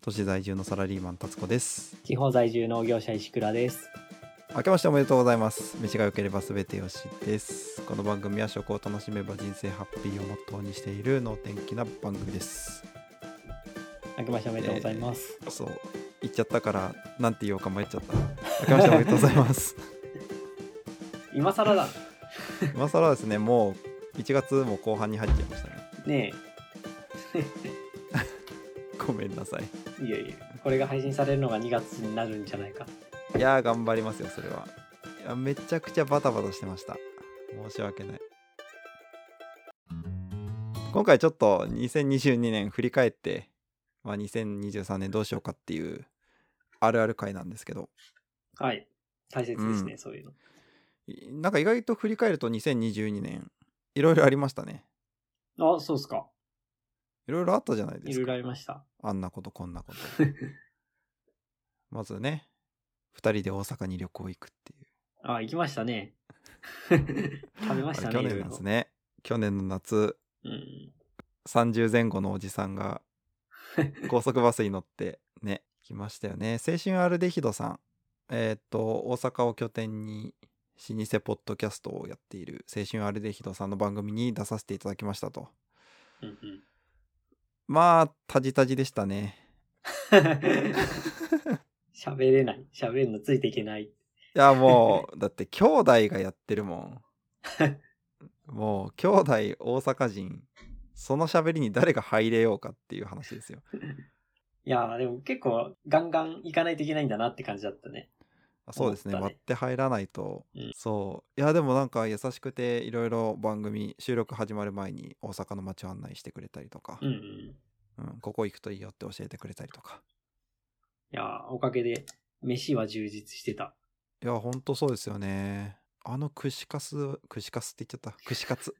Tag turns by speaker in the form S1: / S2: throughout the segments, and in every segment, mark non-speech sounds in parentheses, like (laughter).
S1: 都市在住のサラリーマン達子です
S2: 地方在住農業者石倉です。
S1: 明けましておめでとうございます飯が良ければ全てよしですこの番組は食を楽しめば人生ハッピーをモットーにしている能天気な番組です
S2: 明けましておめでとうございます。
S1: そう言っちゃったからなんて言おうか迷っちゃった明けましておめでとうございます
S2: 今更だ
S1: 今更ですねもう1月も後半に入っちゃいましたね
S2: ね
S1: ごめんなさい
S2: え、いやいや、これが配信されるのが2月になるんじゃないか。
S1: いやー頑張りますよそれはいやめちゃくちゃバタバタしてました申し訳ない今回ちょっと2022年振り返って、まあ、2023年どうしようかっていうあるある回なんですけど
S2: はい。大切ですね、
S1: うん
S2: そういうの。
S1: いなんか意外と振り返ると2022年いろいろありましたね
S2: あ、そうっすか。
S1: いろいろあったじゃないで
S2: い
S1: す
S2: ろい
S1: か
S2: ろありました。
S1: あんなことこん
S2: (laughs)
S1: なことまずね2人で大阪に旅行行くっていう
S2: あ、行きました (laughs) ね。食べましたね。
S1: あれ去年
S2: いろ
S1: ないんで
S2: ろ
S1: すね去年の夏
S2: うん。
S1: 30前後のおじさんが高速バスに乗ってね来ましたよね青春アルデヒドさんえーっと大阪を拠点に老舗ポッドキャストをやっている青春アルデヒドさんの番組に出させていただきましたと
S2: うんうん。
S1: まあタジタジでしたね
S2: (laughs) 喋れない。喋るのついていけない。
S1: いやもうだって兄弟がやってるもんもう兄弟大阪人その喋りに誰が入れようかっていう話ですよ
S2: いやー、でも結構ガンガン行かないといけないんだなって感じだったね。
S1: あそうですね
S2: 思っ
S1: 割
S2: たね
S1: って入らないと、
S2: うん
S1: そういやでもなんか優しくていろいろ番組収録始まる前に大阪の街を案内してくれたりとか、
S2: うんうん。
S1: うんここ行くといいよって教えてくれたりとか
S2: いやー、おかげで飯は充実してた。
S1: いやほんとそうですよねあの串カツ串カツって言っちゃった串カツ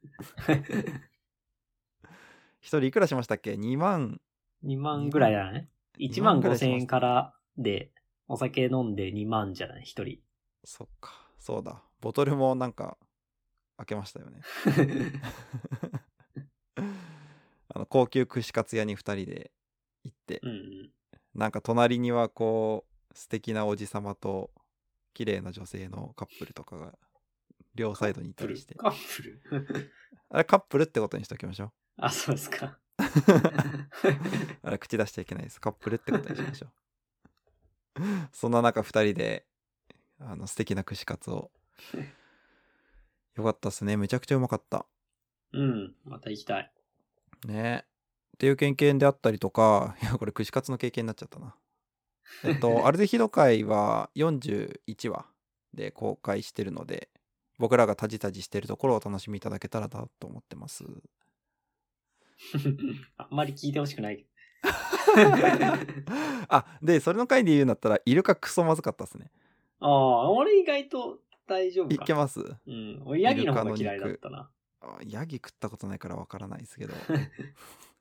S1: 一人いくらしましたっけ2万
S2: 2万ぐらいだね。1
S1: 2
S2: 万
S1: 万ぐら
S2: 5
S1: いしました
S2: 千円からで、お酒飲んで2万じゃない、
S1: (laughs)
S2: 一人。
S1: そっかそうだボトルもなんか開けましたよね (laughs) あの高級串カツ屋に2人で行って
S2: うんうん。
S1: なんか隣にはこう素敵なおじさまと綺麗な女性のカップルとかが両サイドにいた
S2: プ
S1: り
S2: ル
S1: して。
S2: カップル
S1: あれカップルってことにしときまし
S2: (laughs)
S1: ょ
S2: あ、そうですか。
S1: うあれ口出しちゃいけないですカップルってことにしましょう (laughs) そんな中2人であの素敵な串カツをよかったっすねめちゃくちゃうまかった
S2: うん。また行きたい。 (laughs)
S1: ねっていう経験であったりとかいやこれ串カツの経験になっちゃったなえっ
S2: (laughs)
S1: とアルデヒド会は41話で公開してるので僕らがタジタジしてるところをお楽しみいただけたらなと思って
S2: (laughs)
S1: ます
S2: あんまり聞いてほしくない。
S1: あでそれの回で言うんだったらイルカクソまずかったですね
S2: ああ、俺意外と大丈夫
S1: い
S2: か。
S1: けます
S2: うん。俺ヤギの方が嫌いだったな。
S1: あヤギ食ったことないからわからないですけ
S2: (laughs)
S1: ど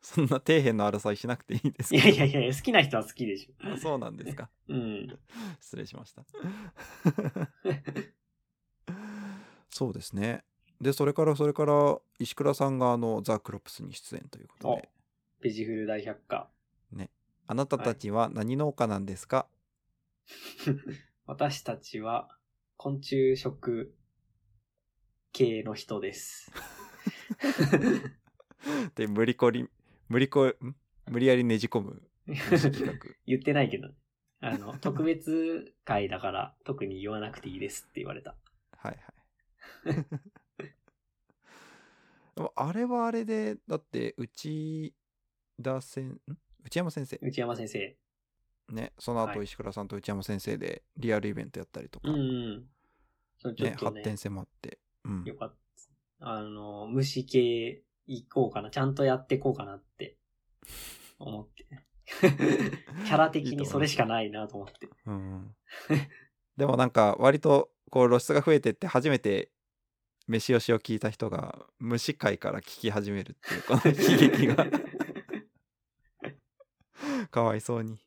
S1: そんな底辺の争いしなくていいです
S2: い
S1: け
S2: や
S1: ど
S2: いやいや、好きな人は好きでしょ。
S1: あそうなんですか
S2: うん。
S1: 失礼しました (laughs) そうですねでそれからそれから石倉さんがあのザ・クロップスに出演ということで
S2: ベジフル大百科。
S1: あなたたちは何農家なんですか、 (laughs)
S2: 私たちは昆虫食系の人です。
S1: で無理こり無理こん無理やりねじ込む企画 (laughs)
S2: 言ってないけど、あの、 (laughs) 特別会だから特に言わなくていいですって言われた。
S1: はいはい (laughs) でもあれはあれでだって内田先ん内山先生
S2: 内山先生。
S1: ねその後
S2: はい
S1: 石倉さんと内山先生でリアルイベントやったりとか、
S2: うんうん。そうちょ
S1: ね
S2: っと
S1: 発
S2: ね、
S1: 展性もあって、うん、
S2: よかった。あの、虫系行こうかな。ちゃんとやっていこうかなって思って。 (laughs) キャラ的にそれしかないなと思って。
S1: うん
S2: (laughs)
S1: でもなんか割とこう露出が増えてって初めて飯よしを聞いた人が虫界から聞き始めるっていうこの悲劇
S2: (laughs)
S1: がかわいそうに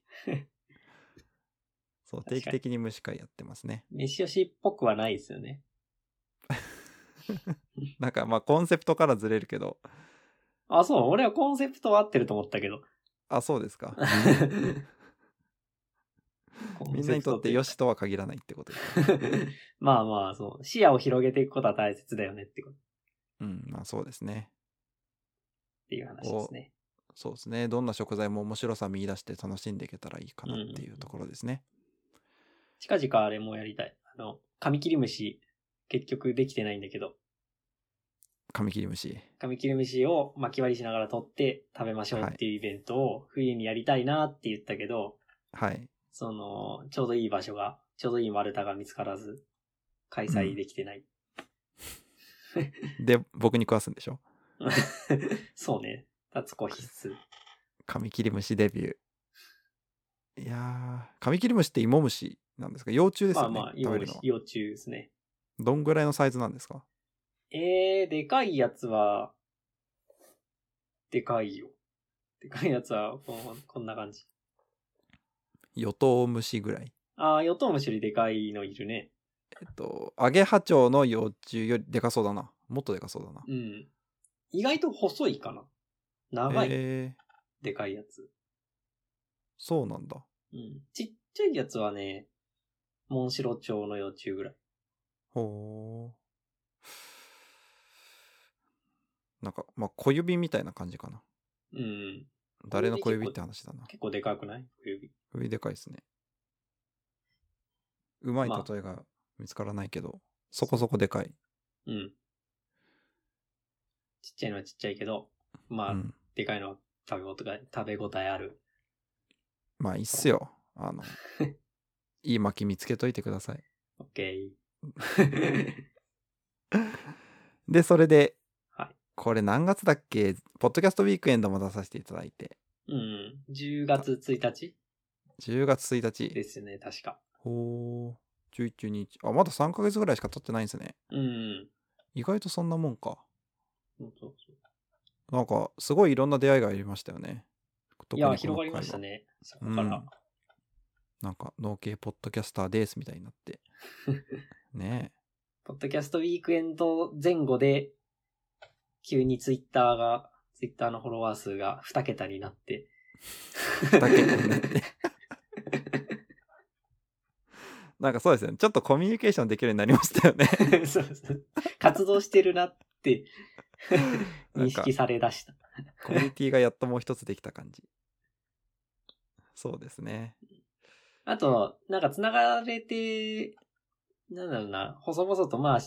S1: そう
S2: 確か
S1: 定
S2: に
S1: 期的に虫界やってますね
S2: 飯吉っぽくはないですよね。
S1: なんかまあコンセプトからずれるけど (laughs)
S2: (laughs) あ、そう。俺はコンセプトは合ってると思ったけど。
S1: あそうですか
S2: コンセプト
S1: みんなにとって
S2: いう
S1: 良
S2: か
S1: しとは限らないってことです。
S2: (laughs) まあまあ、そう。視野を広げていくことは大切だよねってこと、っ
S1: うん、まあそうですね。
S2: ていう話ですね。
S1: そうですね。どんな食材も面白さ見出して楽しんでいけたらいいかなっていうところですね。
S2: 近々あれもやりたい。あの、カミキリムシ、結局できてないんだけど、
S1: カミキリムシ。
S2: カミキリムシを巻き割りしながら取って食べましょうっていうイベントを冬にやりたいなって言ったけど、 (laughs)
S1: はい。
S2: その、ちょうどいい場所が、ちょうどいい丸太が見つからず、開催できてない。 (laughs)
S1: で、僕に食わすんでしょ
S2: そうね。脱コ必須。
S1: カミキリムシデビュー。いやー、カミキリムシって芋虫なんですか幼虫です
S2: まあ
S1: よね。
S2: まあ、
S1: 食
S2: 幼
S1: べるのは。
S2: 幼虫ですね。
S1: どんぐらいのサイズなんですか
S2: えー、でかいやつは、でかいよ。でかいやつはこん、こんな感じ。
S1: 与党虫ぐらい。
S2: あー、ヨトウムシよりでかいのいるね。
S1: えっと、アゲハチョウの幼虫よりでかそうだな。もっとでかそうだな。
S2: うん。意外と細いかな。長い、
S1: えー、
S2: でかいやつ。
S1: そうなんだ。
S2: うん。ちっちゃいやつはね、モンシロチョウの幼虫ぐらい。
S1: ほう。なんか、まあ、小指みたいな感じかな。
S2: うん。
S1: 誰の小指って話だな。
S2: 結構でかくない小指。
S1: 小指でかいですね。うまい
S2: まあ
S1: 例えが見つからないけど、そこそこでかい。
S2: うん。ちっちゃいのはちっちゃいけど、
S1: う
S2: まあ、
S1: ん。
S2: でかいのは食べ応え、食べ応えある。
S1: まあ、いいっすよ。あ
S2: (laughs)
S1: の、いい巻き見つけといてください。
S2: オッ
S1: (laughs)
S2: ケー。
S1: で、それで、
S2: はい
S1: これ何月だっけポッドキャストウィークエンドも出させていただいて、
S2: うん。10月1日
S1: 10月1日。
S2: ですね、確か。
S1: ほう。11日。あ、まだ3ヶ月ぐらいしか経ってないんですね。
S2: うん。
S1: 意外とそんなもんか。
S2: そうそうそ
S1: なんか、すごいいろんな出会いがありましたよね。
S2: う
S1: 特
S2: い
S1: にこ
S2: や、
S1: の
S2: 広がりましたね。そこから。
S1: うん回は。なんか、農系ポッドキャスターですみたいにな
S2: (laughs)
S1: って。ね
S2: ポッドキャストウィークエンド前後で、急にツイッターが、ツイッターのフォロワー数が2桁になって。 (laughs)
S1: え。だけになって。 (laughs) なんかそうですね。ちょっとコミュニケーションできるようになりました
S2: (laughs)
S1: よね。
S2: そうそう。活動してるなって
S1: な
S2: 認
S1: んか
S2: 識、されだした。
S1: コミュニティがやっともう一つできた感じ。そうですね。
S2: あと、なんか繋がれて、なんだろうな、細々とまあ、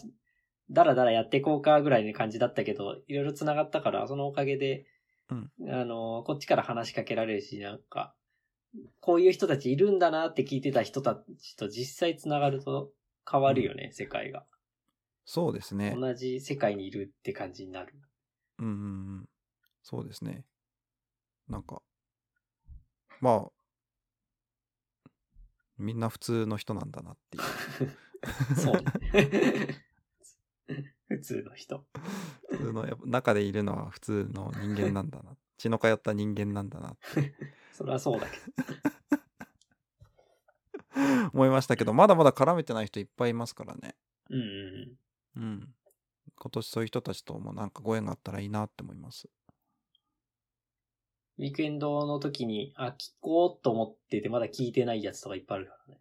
S2: だらだらやっていこうかぐらいの感じだったけど、いろいろ繋がったから、そのおかげで、
S1: うん
S2: あの、こっちから話しかけられるし、なんか、こういう人たちいるんだなって聞いてた人たちと実際繋がると変わるよね、世界が。
S1: そうですね。
S2: 同じ世界にいるって感じになる。
S1: うんうんうん。そうですね。なんか、まあ、みんな普通の人なんだなっていう。
S2: そうね。 (laughs) 普通の人。
S1: 普通の、やっぱ中でいるのは普通の人間なんだな。
S2: (laughs)
S1: 血の通った人間なんだなって
S2: それはそうだけど。
S1: 思いましたけど、まだまだ絡めてない人いっぱいいますからね。
S2: うんうんうん。
S1: うん。今年そういう人たちともなんかご縁があったらいいなって思います。
S2: ウィークエンドの時に、あ、聞こうと思ってて、まだ聞いてないやつとかいっぱいあるからね。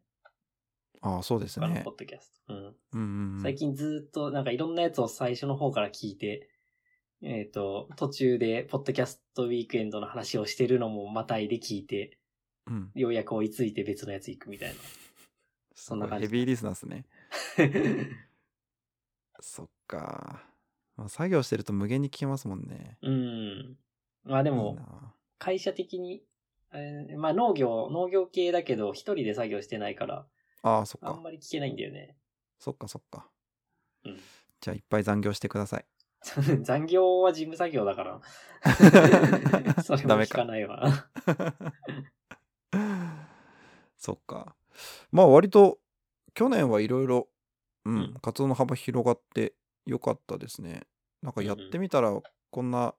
S1: ああ、そうです
S2: 他の
S1: ね
S2: ポ。ッドキャスト。うん。
S1: うんうんうん。
S2: 最近ずーっと、なんかいろんなやつを最初の方から聞いて、えっ、と、途中で、ポッドキャストウィークエンドの話をしてるのもまたいで聞いて、
S1: うん。
S2: ようやく追いついて別のやつ行くみたい
S1: (laughs)
S2: な。
S1: そ
S2: んな感じ
S1: ヘビーリスナーですね。そっか。まあ作業してると無限に聞けますもんね。
S2: うん。まあで
S1: で
S2: も、会社的に、えーまあ農業、農業系だけど、一人で作業してないから、
S1: ああ、そっ
S2: あ
S1: か
S2: ん。まり聞けないんだよね。 (laughs)
S1: そっかそっか。
S2: うん。
S1: じゃあいっぱい残業してくだ
S2: (laughs)
S1: さい。
S2: 残業は事務作業だから。
S1: (laughs)
S2: それも
S1: ダメ
S2: 聞
S1: か
S2: かないわ。 (laughs)
S1: (laughs) そっか。まあ割と去年はいろいろ、う
S2: うんん、
S1: 活動の幅広がってよかったですね。なんかやってみたらこんな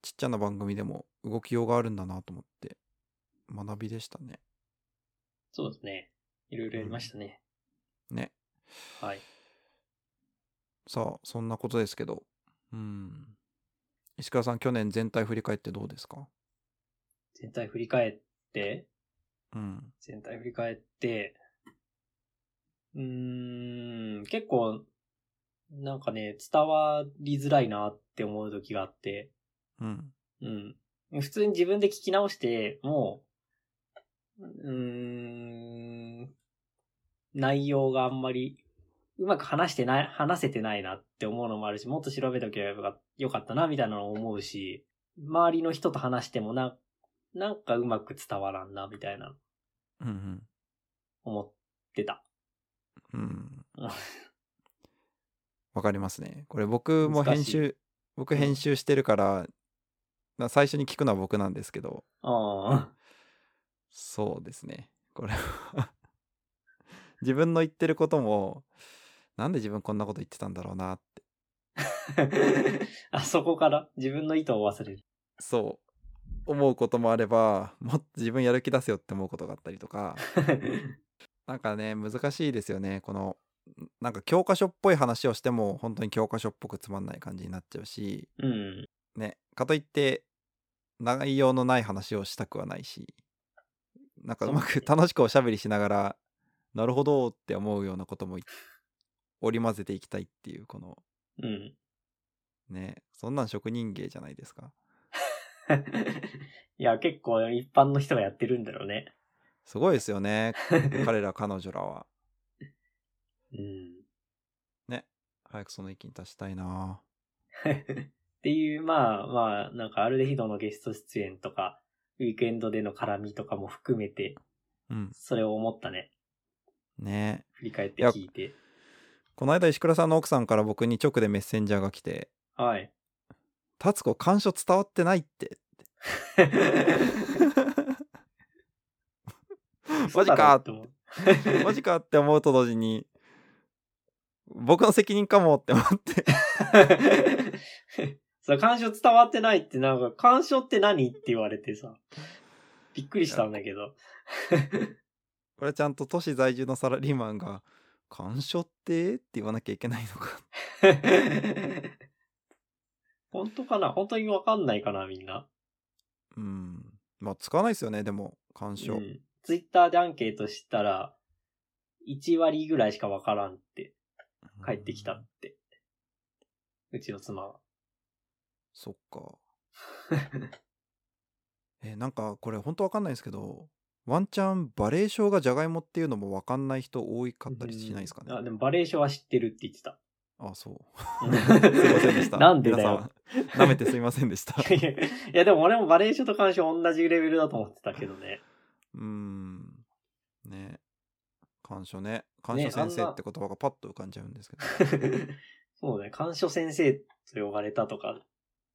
S1: ちっちゃな番組でも動きようがあるんだなと思って学びでしたね。
S2: そうですね。いろいろやりましたね。
S1: ね。
S2: はい。
S1: さあそんなことですけど、うん。石川さん去年全体振り返ってどうですか
S2: 全体振り返って、
S1: うん。
S2: 全体振り返って、うーん、結構、なんかね、伝わりづらいなって思う時があって、
S1: うん。
S2: うん。普通に自分で聞き直して、もう、うーん、内容があんまり、うまく話してない、話せてないなって思うのもあるし、もっと調べとけばよかったな、みたいなのを思うし、周りの人と話してもな、なんかうまく伝わらんな、みたいな、
S1: うんうん。
S2: 思ってた。
S1: うん
S2: うん。
S1: わかりますね。これ僕も
S2: 難
S1: 編
S2: しい
S1: 集、僕編集してるから、な最初に聞くのは僕なんですけど、
S2: あ
S1: そうですね。これは。 (laughs) 自分の言ってることも、なんで自分こんなこと言ってたんだろうなって。
S2: あ。 (laughs) あそこから自分の意図を忘れる。
S1: そう。思うこともあれば、もっと自分やる気出せよって思うことがあったりとか、なんかね、難しいですよね。この、なんか教科書っぽい話をしても、本当に教科書っぽくつまんない感じになっちゃうし、
S2: (laughs) うん。
S1: ね、かといって、内容のない話をしたくはないし、なんかうまく楽しくおしゃべりしながら、なるほどって思うようなこともい織り交ぜていきたいっていう、この、
S2: うん。
S1: ね、そんなん職人芸じゃないですか。
S2: いや、結構一般の人がやってるんだろうね。
S1: すごいですよ (laughs) ね、彼ら彼女らは。
S2: うん。 (laughs)
S1: 早くその域に達したいな
S2: っていう、まあまあ、なんかアルデヒドのゲスト出演とか、ウィークエンドでの絡みとかも含めて、
S1: うん。
S2: それを思ったね。
S1: ね
S2: 振り返って聞いて。
S1: この間石倉さんの奥さんから僕に直でメッセンジャーが来て
S2: はい。 (laughs)
S1: 「達子感傷伝わってない (laughs) って」マジか
S2: と思う。
S1: (laughs) マジかって思うと同時に僕の責任かもって思って
S2: (laughs)
S1: (laughs)
S2: そう、干渉伝わってないって、なんか、干渉って何って言われてさ、びっくりしたんだけど。 (laughs)
S1: これちゃんと都市在住のサラリーマンが「感傷って?」って言わなきゃいけないのか (laughs)
S2: 本当かな本当にわかんないかなみんな。
S1: うんまあ使わないですよねでも感傷、
S2: うん。ツイッターでアンケートしたら、1割ぐらいしかわからんって、帰ってきた
S1: うん
S2: って。うちの妻は。
S1: そっかえなんかこれ本当わかんないんですけどワンチャンバレエ症がじゃがいもっていうのもわかんない人多いかったりしないですかね、
S2: うんあ、でもバレー賞は知ってるって言っ
S1: (laughs)
S2: てた。
S1: あそう
S2: すい
S1: すいませんでした。
S2: (laughs) なんでだよ。
S1: 皆様。舐めてすいませんでした。
S2: いやいやいや、でも俺もバレー賞と干渉同じレベルだと思ってたけどね。 (laughs)
S1: うーん。ね。感謝ね。感謝先生って言葉がパッと浮かんじゃうんですけど。
S2: そうね、干渉先生と呼ばれたとか、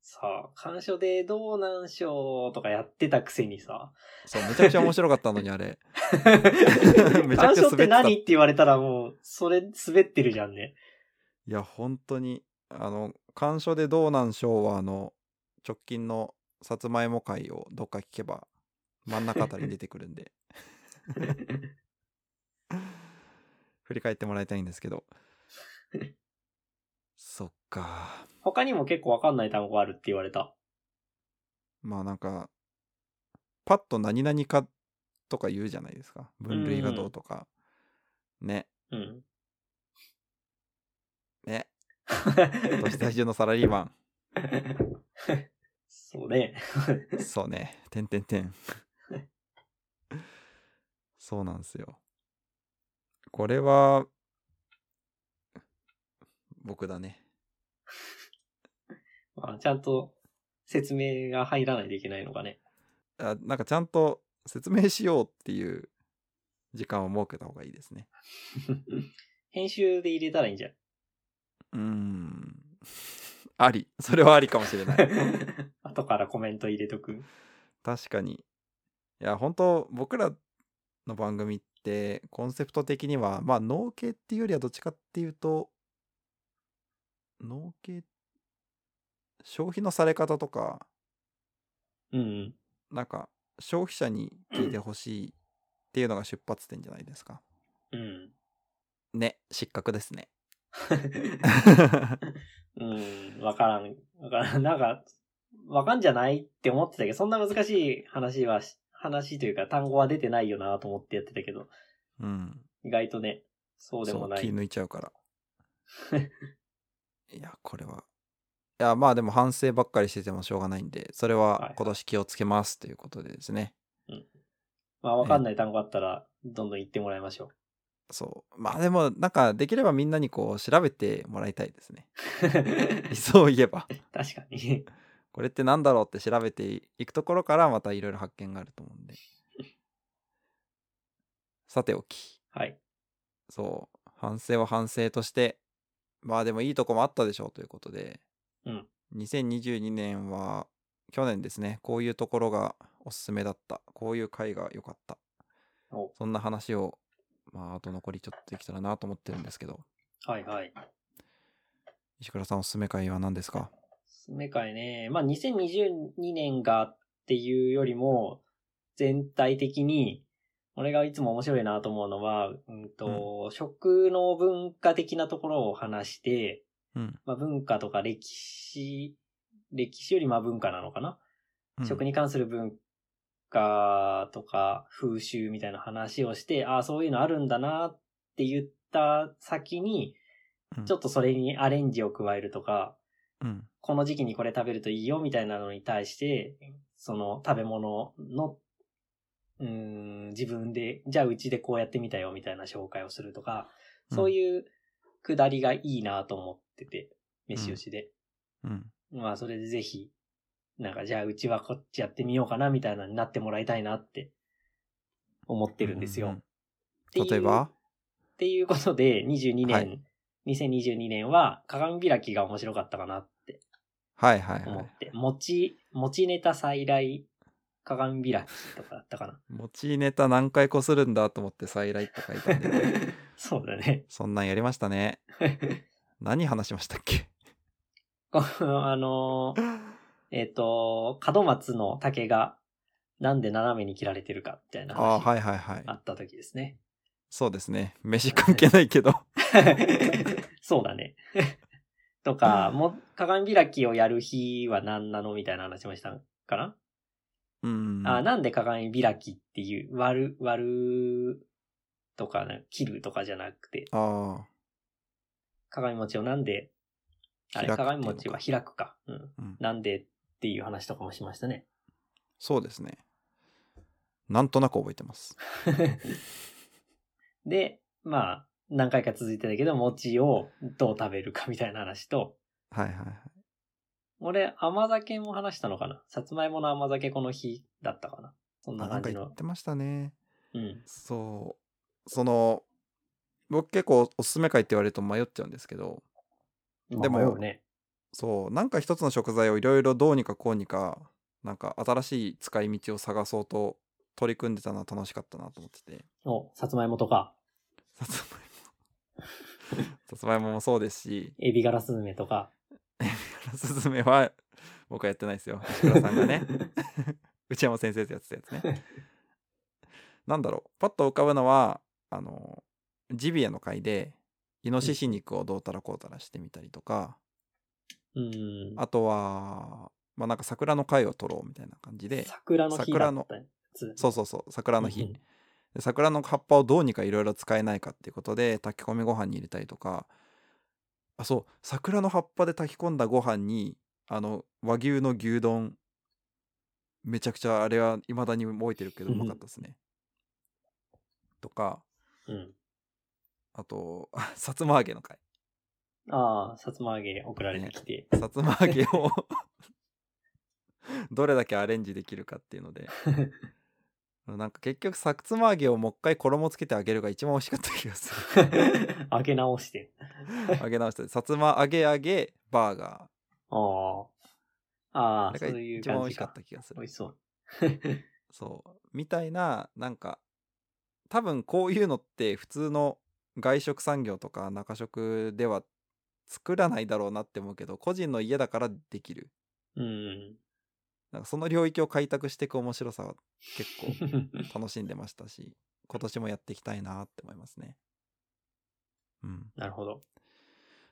S2: さあ、干渉でどうなんしょうとかやってたくせにさ、
S1: そう、めちゃくちゃ面白かったのにあれ。 (laughs) めちゃ
S2: 干
S1: くちゃ滑っ
S2: 渉ってて
S1: た。
S2: 何っ
S1: い
S2: て言われたらもう、それ滑ってるじゃんね。
S1: や、本当に、あの、感謝でどうなんしょうは、あの、直近のさつまいも会をどっか聞けば、真ん中あたりに出てくるんで、振り返ってもらいたいんですけど。そっか。
S2: 他にも結構わかんない単語があるって言われた。
S1: まあなんか、パッと何々かとか言うじゃないですか。分類がどうとか。ね、
S2: うん。
S1: ね。都市在住のサラリーマ
S2: そうね。
S1: ン。そうね。てんてんてん。そうなんですよ。これは、僕だね。
S2: まあ、ちゃんと説明が入らないといけないのかね。
S1: あなんかちゃんと説明しようっていう時間を設けた方がいいですね。
S2: 編集で入れたらいいんじ
S1: (laughs)
S2: ゃん。
S1: うーん。あり。それはありかもしれない。
S2: 後からコメント入れとく。
S1: 確かに。いや、本当僕らの番組って、コンセプト的には、まあ、農系っていうよりはどっちかっていうと、農系、消費のされ方とか、
S2: うん。
S1: なんか、消費者に聞いてほしいっていうのが出発点じゃないですか。
S2: うん。
S1: ね、失格ですね。
S2: うん、わからん。わからん。なんか、わかんじゃないって思ってたけど、そんな難しい話はし話というか単語は出てないよなと思ってやってたけど、
S1: うん。
S2: 意外とね、そうで
S1: そ
S2: も
S1: う
S2: な
S1: 気
S2: い。
S1: 抜いちゃうから
S2: (laughs)
S1: いやこれはいやまあでも反省ばっかりしててもしょうがないんでそれ
S2: いは
S1: はい今年気をつけますということでですね、
S2: まあわかんない単語あったら、どんどん言ってもらいましょ
S1: そうまあでもなんかできればみんなにこう調べてもらいたいですね (laughs)
S2: う。
S1: 理想を言えば
S2: (laughs) 確かに。
S1: これってなんだろうって調べていくところからまたいろいろ発見があると思うん
S2: (laughs)
S1: でさておき
S2: はい。
S1: そう反省は反省としてまあでもいいとこもあったでしょうということで、
S2: うん
S1: 2022年は去年ですねこういうところがおすすめだったこういう回が良かった
S2: お
S1: そんな話をまああと残りちょっとできたらなと思ってるんですけど
S2: はいはい。
S1: 石倉さんおすすめ回は何ですか
S2: スメ会ね、まあ2022年がっていうよりも、全体的に、俺がいつも面白いなと思うのは、うんと、食の文化的なところを話して、
S1: うん、
S2: まあ文化とか歴史、歴史よりまあ文化なのかな、
S1: うん
S2: 食に関する文化とか風習みたいな話をして、ああ、そういうのあるんだなって言った先に、
S1: うん
S2: ちょっとそれにアレンジを加えるとか、
S1: うん
S2: この時期にこれ食べるといいよみたいなのに対して、その食べ物の、うーん、自分で、じゃあうちでこうやってみたよみたいな紹介をするとか、そういうくだりがいいなと思ってて、飯吉で。
S1: うん
S2: まあそれでぜひ、なんかじゃあうちはこっちやってみようかなみたいなのになってもらいたいなって思ってるんですよ。
S1: うん
S2: っていう
S1: 例えば
S2: っていうことで、22年、
S1: はい
S2: 2022年は鏡開きが面白かったかなって
S1: はいはいは
S2: 思っ
S1: い
S2: て、持ち、持ちネタ再来、鏡開きとかだった
S1: (laughs)
S2: かな。
S1: 持ちネタ何回こするんだと思って再来って書いたんで
S2: そうだね。
S1: そんなんやりましたね何話しましたっ
S2: (laughs)
S1: け
S2: このあのーえっ、と、門松の竹がなんで斜めに切られてるかみたいな
S1: ああー
S2: 話
S1: はいはいはい
S2: あった時ですね。
S1: そうですね。飯関係ないけど。
S2: (laughs) そうだね。とか、も、鏡開きをやる日は何なのみたいな話もしたんかな、
S1: うん。
S2: あ、なんで鏡開きっていう、割る、割るとか、ね、切るとかじゃなくて、
S1: あ
S2: 鏡餅をなんで、あれ、
S1: 開くっていう
S2: 鏡
S1: のか
S2: 餅は開くか。うん。
S1: ー、うん。
S2: なんでっていう話とかもしまし
S1: (laughs)
S2: たね。
S1: そうですね。なんとなく覚えてます。
S2: で、まあ、何回か続いてたけど、餅をどう食べるかみたいな話と、
S1: はいはいはい。
S2: 俺、甘酒も話したのかなさつまいもの甘酒この日だったかなそん
S1: あ
S2: な
S1: なん
S2: 感
S1: か
S2: じ
S1: 言
S2: の
S1: っ。てましたね。
S2: うん。
S1: そう。その、僕結構おすすめ会って言われると迷っちゃうんですけど、でも
S2: まあ迷うね。
S1: そう、なんか一つの食材をいろいろどうにかこうにか、なんか新しい使い道を探そうと取り組んでたのは楽しかったなと思ってて。
S2: お、さつまいもとか、
S1: さつまいも。さつまいももそうですし、
S2: エビガラスズメとか。
S1: すずめは僕はやってないですよ石倉さんが
S2: (laughs)
S1: ね内山先生とやってたやつねなんだろうパッと浮かぶのはあのジビエの回でイノシシ肉をどうたらこうたらしてみたりとか、
S2: うん。
S1: あとはまあなんか桜の回を取ろうみたいな感じで
S2: 桜の日だ
S1: 桜
S2: っ
S1: の
S2: たやつ。
S1: そうそうそう桜の日、
S2: うんうん
S1: で桜の葉っぱをどうにかいろいろ使えないかっていうことで炊き込みご飯に入れたりとかあそう桜の葉っぱで炊き込んだご飯にあの和牛の牛丼めちゃくちゃあれは未だに覚えてるけど
S2: う
S1: うん
S2: うん
S1: まかったですね、とか
S2: うん。
S1: あと (laughs) あさつま揚げの回
S2: ああ、さつま揚げ送られてきて。
S1: さつま揚げを (laughs) どれだけアレンジできるかっていうのでなんか結局さつま揚げをもう一回衣つけて揚げるが一番美味しかった気がする
S2: (laughs) 揚げ直して。 (laughs)
S1: 揚げ直したさつま揚げ揚げバーガ
S2: ああ。
S1: ー
S2: あ
S1: あ
S2: あ、
S1: れ
S2: そ
S1: が
S2: ういう
S1: 一番美
S2: 感
S1: 味
S2: じ
S1: しかっ
S2: か。
S1: た気がす
S2: 美
S1: る
S2: 味しそう。
S1: そうみたいななんか多分こういうのって普通の外食産業とか中食では作らないだろうなって思うけど個人の家だからできる
S2: うん。 (laughs)
S1: なんかその領域を開拓していく面白さは結構楽しんでましたし今年もやっていきたいなって思いますねうん
S2: なるほど。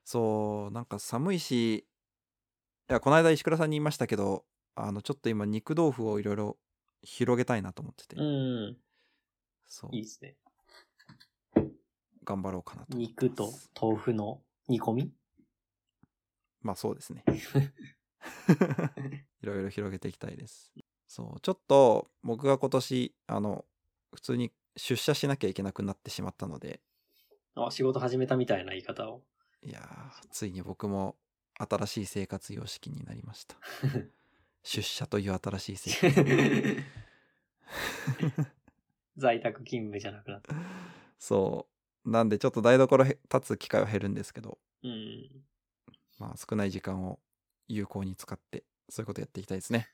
S1: そう、なんか寒いし、いや、この間石倉さんに言いましたけど、あの、ちょっと今肉豆腐をいろいろ広げたいなと思ってて、
S2: うん。
S1: そう
S2: いいですね。
S1: 頑張ろうかなと思って
S2: 肉
S1: ます
S2: と豆腐の煮込み
S1: まあそうです
S2: (laughs)
S1: ねいろいろ広げていきたいですそうちょっと僕が今年あの普通に出社しなきゃいけなくなってしまったので
S2: あ、仕事始めたみたいな言い方を。
S1: いやーついに僕も新しい生活様式になりました出社という新しい生活
S2: (laughs) 在宅勤務じゃなくなった。
S1: そう。なんでちょっと台所へ立つ機会は減るんですけど、
S2: うん。
S1: まあ少ない時間を有効に使って、そういうことやっていきたいですね。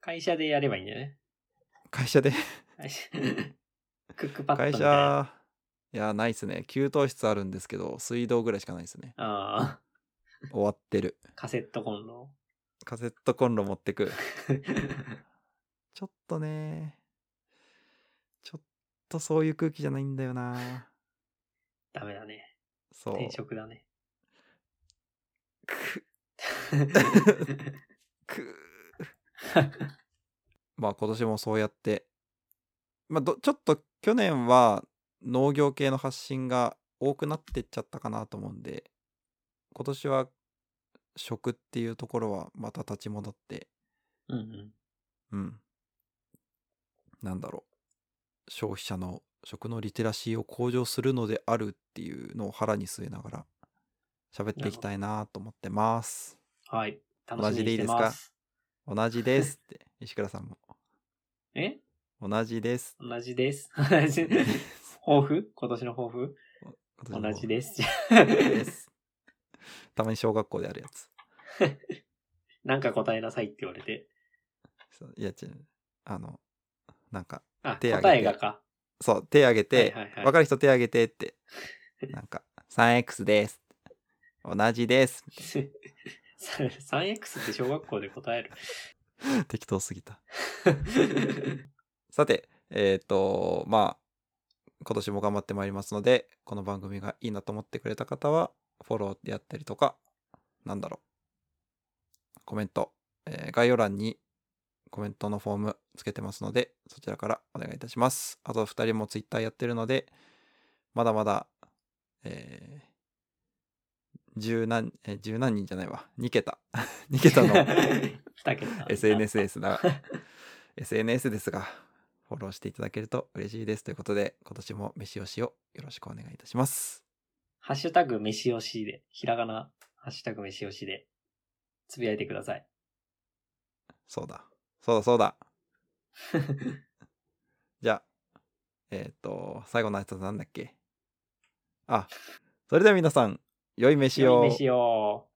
S2: 会社でやればいいんだよね。
S1: 会社で、
S2: 会 (laughs) 社クックパッドみ
S1: 会
S2: たいな。
S1: 社、いや、ないっすね。給湯室あるんですけど、水道ぐらいしかないですね。
S2: あ
S1: 終わってる。
S2: あ、カセットコンロ。 (laughs)
S1: カセットコンロ持ってく。ちょっとね、ちょっとそういう空気じゃないんだよな。
S2: ダメだね。
S1: そう。
S2: 転職だね。
S1: く、く、 (laughs) まあ今年もそうやって、まあどちょっと去年は農業系の発信が多くなってっちゃったかなと思うんで、今年は食っていうところはまた立ち戻って、
S2: (laughs) うんうん。
S1: うん。なんだろう。消費者の食のリテラシーを向上するのであるっていうのを腹に据えながら喋っていきたいなと思ってます。
S2: はい。楽しみ
S1: 同じで
S2: に
S1: いい
S2: して
S1: です
S2: ま
S1: か
S2: す。
S1: 同じですって、石倉さんも。
S2: え
S1: 同じです。
S2: 同じです。 (laughs) 同じ抱負今年の抱負同じです。 (laughs) じゃあ
S1: です。たまに小学校であるやつ。
S2: なんか答えなさいって言われて。
S1: そういや、違う。あの、なんか、
S2: あ、
S1: 手挙げて
S2: 答えがか。
S1: そう、手挙げて、
S2: はいはいはい
S1: 分かる人手挙げて
S2: (laughs)
S1: って。なんか、3X です。同じです。
S2: (laughs) 3X って小学校で答える。
S1: 適当すぎた。さて、えっ、と、まあ、今年も頑張ってまいりますので、この番組がいいなと思ってくれた方は、フォローでやったりとか、なんだろう、コメント、えー概要欄にコメントのフォームつけてますので、そちらからお願いいたします。あと2人も Twitter やってるので、まだまだ、えー、十何、えー十何人じゃないわ。2桁。2桁 (laughs) の
S2: だけどな
S1: SNS ですが、SNS ですが、フォローしていただけると嬉しいですということで、今年も飯をしをよろしくお願いいたします。
S2: ハッシュタグ飯よしで、ひらがな、ハッシュタグ飯よしで、つぶやいてください。
S1: そうだ。そうだそうだ。じゃあ、えっ、と、最後の挨拶なんだっけあ、それでは皆さん、良い飯
S2: 良
S1: を。
S2: い飯を。